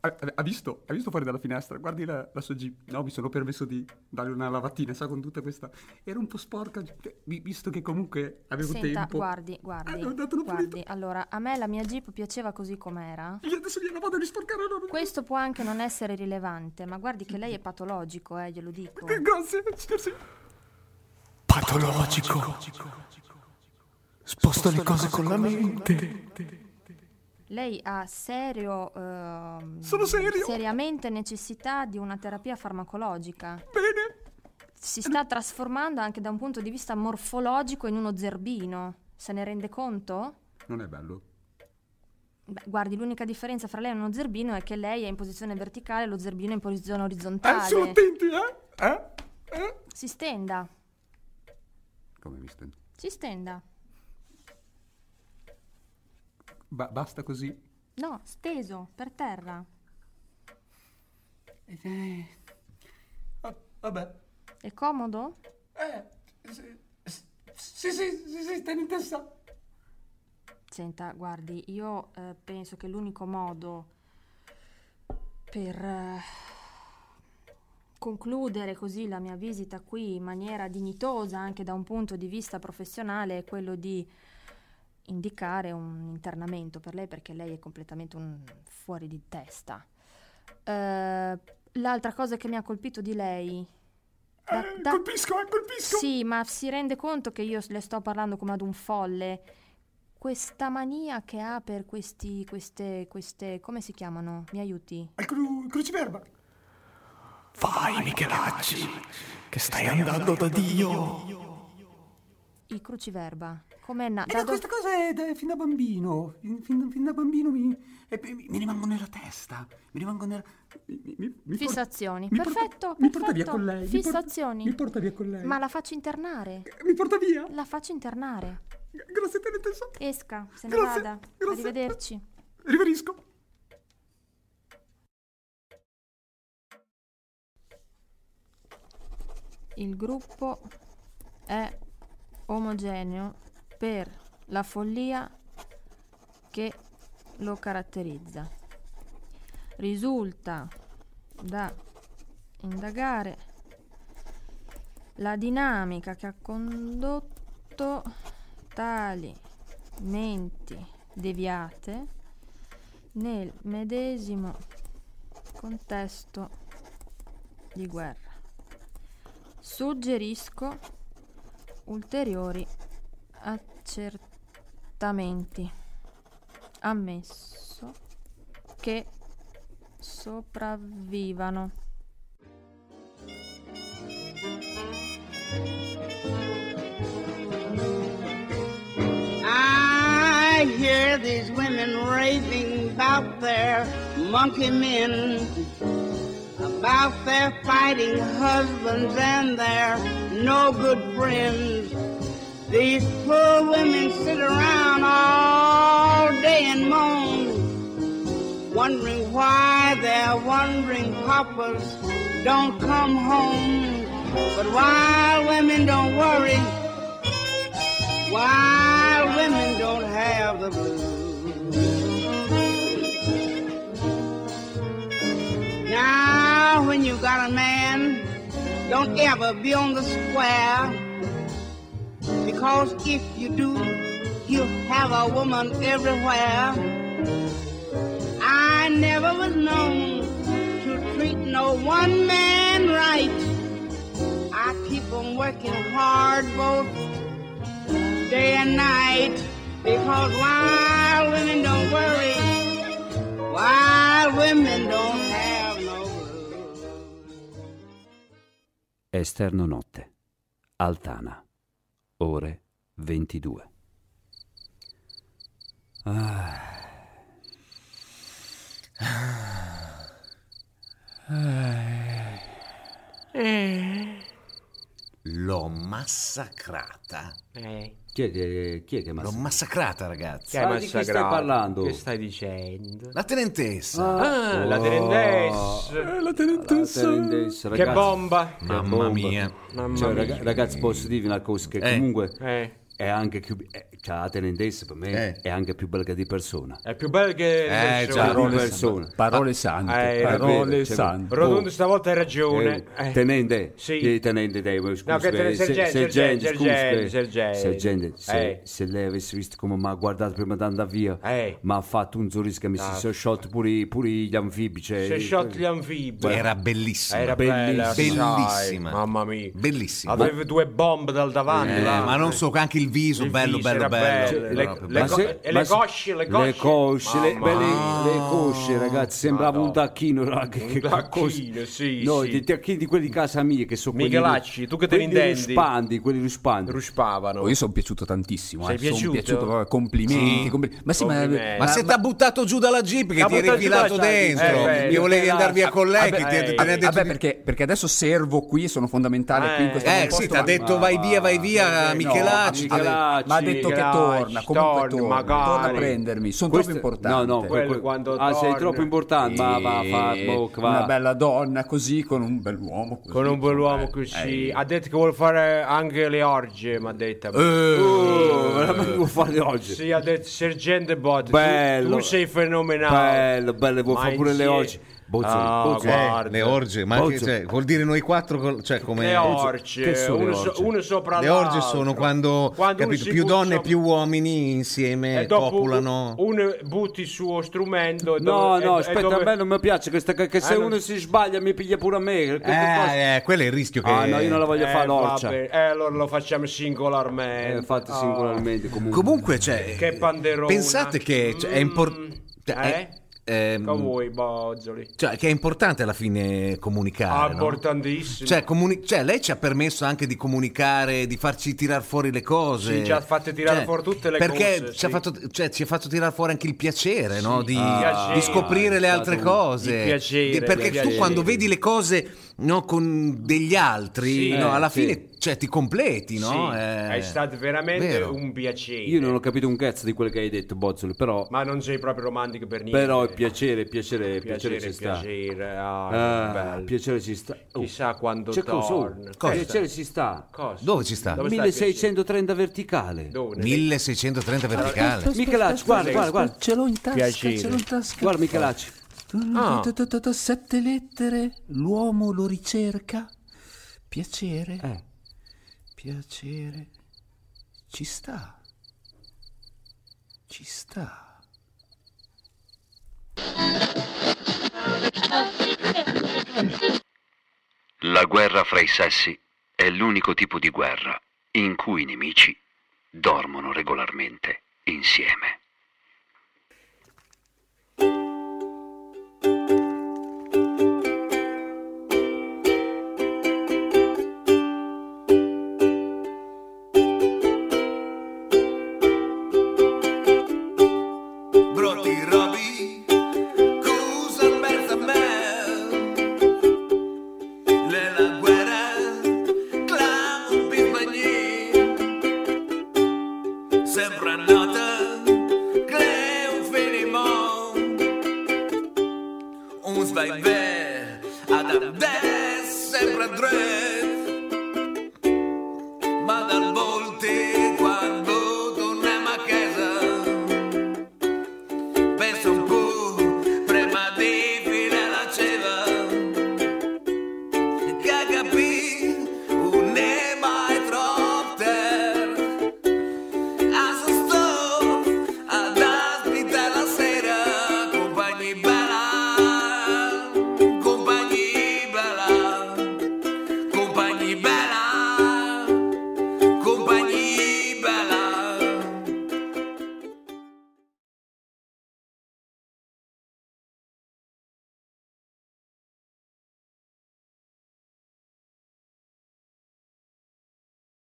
Ha, ha- ha visto? Ha visto fuori dalla finestra? Guardi la, la sua Jeep. No, mi sono permesso di dargli una lavatina, sa, con tutta questa... Era un po' sporca, cioè, vi- visto che comunque avevo Senta, tempo. Ah, guardi, guardi. guardi. Allora, a me la mia Jeep piaceva così com'era. Io adesso gliela vado a ristorare Questo può anche non essere rilevante, ma guardi che lei è patologico, eh, glielo dico. Grazie, grazie. Patologico. Sposto le cose con la mente. Lei ha serio. ehm, Sono serio? Seriamente necessità di una terapia farmacologica. Bene! Si sta trasformando anche da un punto di vista morfologico in uno zerbino. Se ne rende conto? Non è bello. Beh, guardi, l'unica differenza fra lei e uno zerbino è che lei è in posizione verticale e lo zerbino è in posizione orizzontale. Adesso attenti, eh? Eh? Si stenda, Come mi stento? si stenda. Ba- basta così? No, steso, per terra. Vabbè. È comodo? Eh, sì, sì, sì, sì, tieni in testa. Senta, guardi, io eh, penso che l'unico modo per eh, concludere così la mia visita qui in maniera dignitosa anche da un punto di vista professionale è quello di indicare un internamento per lei perché lei è completamente un fuori di testa. Eh, l'altra cosa che mi ha colpito di lei... Colpisco, eh, colpisco! Sì, ma si rende conto che io le sto parlando come ad un folle? questa mania che ha per questi, queste, queste, come si chiamano? Mi aiuti? Al cruciverba. Vai, Michelacci, che stai andando da Dio. I cruciverba. Com'è nato? Eh, questa cosa è da- fin da bambino. Fin, fin- fin da bambino mi, eh, mi, mi rimango nella testa. Mi rimango nella. Mi, mi- mi- mi por- Fissazioni. mi porta- perfetto, mi perfetto. porta via con lei. mi porta- Fissazioni. Mi porta via con lei. Ma la faccio internare. Mi porta via. La faccio internare. Grazie, Tenetessa. Esca, se ne Grazie, vada. grazie. Arrivederci. Riverisco. Il gruppo è omogeneo per la follia che lo caratterizza. Risulta da indagare la dinamica che ha condotto tali menti deviate nel medesimo contesto di guerra. Suggerisco ulteriori accertamenti, ammesso che sopravvivano. I hear these women raving about their monkey men, about their fighting husbands and their no good friends. These poor women sit around all day and moan, wondering why their wandering papas don't come home. But wild women don't worry, wild women don't have the blues. Now, when you've got a man, don't ever be on the square. Because if you do, you'll have a woman everywhere. I never was known to treat no one man right. I keep on working hard both day and night because wild women don't worry. Wild women don't have no Esterno notte. Altana. Ore 22. Ah. L'ho massacrata. Chi, è che, chi è che L'ho massa- massacrata, ragazzi. Chi è Ma di chi stai massacrato? parlando? Che stai dicendo? La tenentessa. Ah, la tenentessa. Eh, la tenentessa. Tendenza, Che ragazzi. bomba. Che Mamma bomba. mia. Cioè, mia. raga- Ragazzi, posso dirvi una cosa che Eh. comunque Eh. è anche più eh, cioè, la tendenza per me è anche più bella che di persona È più bello che Eh, Rodondo già, di persona. parole sante parole cioè, sante. Rodondo stavolta hai ragione. Eh. Oh, tenente Sì. eh, tenente dai ma scusa No, che te- eh, se- sergente, sergente sergente, scusa sergente, eh, sergente. sergente, se, Eh. se lei avesse visto come mi ha guardato prima di andare via mi ha fatto un sorriso che mi si Ah. sono sciolto pure, pure gli anfibi cioè, Se shot gli anfibi. Era bellissima. Era Bellissima. bella, sai. Bellissima. Mamma mia. Bellissima. Aveva due bombe dal davanti. Eh, là. ma non so, anche il viso, Il bello, viso bello, era bello. bello. Le- Proprio le bello. co- e le cosce, le cosce. le cosce, le, Mamma belle- mia. le cosce, ragazzi, sembrava un tacchino. raga, che- che tacchino, cosce. sì, No, sì. i tacchini di quelli di casa mia che sono Michelacci, quelli. tu che te ne quelli intendi? Ruspandi, quelli ruspandi. Ruspavano. io sono piaciuto tantissimo. Sei sono piaciuto? piaciuto proprio, complimenti, Sì. compli- ma sì, Complimenti. ma, eh, Ma se t'ha buttato giù dalla jeep che T'ha ti eri buttato giù dalla infilato jeep. dentro, Eh, beh, che volevi eh, andare via con lei, che vabbè, ti, eh, te ne ha detto vabbè, di- perché, perché adesso servo qui, sono fondamentale qui in questo Eh posto, sì, ti ha ma- detto vai via, vai Eh, via, No, Eh, Michelacci. vabbè, Ah, Ma ha detto che torna, comunque torna, torna a prendermi, sono troppo importante. No, no, que- que- ah, sei troppo importante. Ma va, fa, Eh, boh, va. Una bella donna così, con un bell'uomo così. cioè, Con un bell'uomo Eh. così. Ha detto che vuole fare anche le orge, mi ha detto. Eh, Oh, veramente vuole fare le orge? Sì, ha detto sergente Bot. tu- Bello. Tu, sei fenomenale. Bello, bello, vuoi Ma fare pure le insieme- orge. Bozzoli, Ah, Bozzoli. guarda. Eh, Le orge, ma anche, Bozzo. cioè, vuol dire noi quattro, col- cioè come... Le orge, Che sono le uno, so- orge? uno sopra Le l'altro. orge sono quando, Quando uno capito, si più butta donne e sopra- più uomini insieme E dopo popolano. uno butti il suo strumento. e No, dove- no, e- e aspetta, dove- a me non mi piace questa che, che se Eh, non- uno si sbaglia mi piglia pure a me. queste cose. Eh, eh, quello è il rischio che... Ah, no, io non la voglio Eh, fare l'orcia. vabbè, Eh, allora lo facciamo singolarmente. Fate Ah. singolarmente comunque. Comunque, cioè, Mm, Che panderona. pensate che cioè, ehm, è importante... Eh? Che vuoi, Bozzoli? Cioè, che è importante alla fine Ah, comunicare. no? Importantissimo. Cioè, comuni- cioè, lei ci ha permesso anche di comunicare, di farci tirare fuori le cose. Cioè, Sì, ci ha fatto tirare fuori tutte le perché cose, Ci, ha sì. fatto, cioè, ci ha fatto tirare fuori anche il piacere, no? Di, il di piacere. scoprire le Ah, è altre stato un- cose. il piacere, Di- perché il tu piacere. quando vedi le cose no, con degli altri, Sì. no, Eh, alla sì. fine cioè, ti completi, no? Sì, Eh, è stato veramente vero. un piacere. Io non ho capito un cazzo di quello che hai detto, Bozzoli, però, Ma non sei proprio romantico per niente. però è piacere, piacere, piacere, piacere, ci sta. piacere, ah, che Ah, bello. piacere ci sta. Oh, Chissà quando c'è cosa? torna. Cosa? Piacere ci sta. Cosa? Dove ci sta? Dove sta il 1630 verticale. Dove? 1630 verticale. eh. Michelacci, guarda, guarda, guarda. Ce l'ho in tasca, Piacere. ce l'ho in tasca. Guarda Michelacci. Ah. Tu- tu- tu- tu- Sette lettere, l'uomo lo ricerca. Piacere. Piacere. Ci sta. Ci sta. La guerra fra i sessi è l'unico tipo di guerra in cui i nemici dormono regolarmente insieme. Broti Robi, cosa pensa a me? Nella guerra, clamo un bisbagni. Sembra nata, cleo un finimon. Un svaivè, ad adesso sembra dret.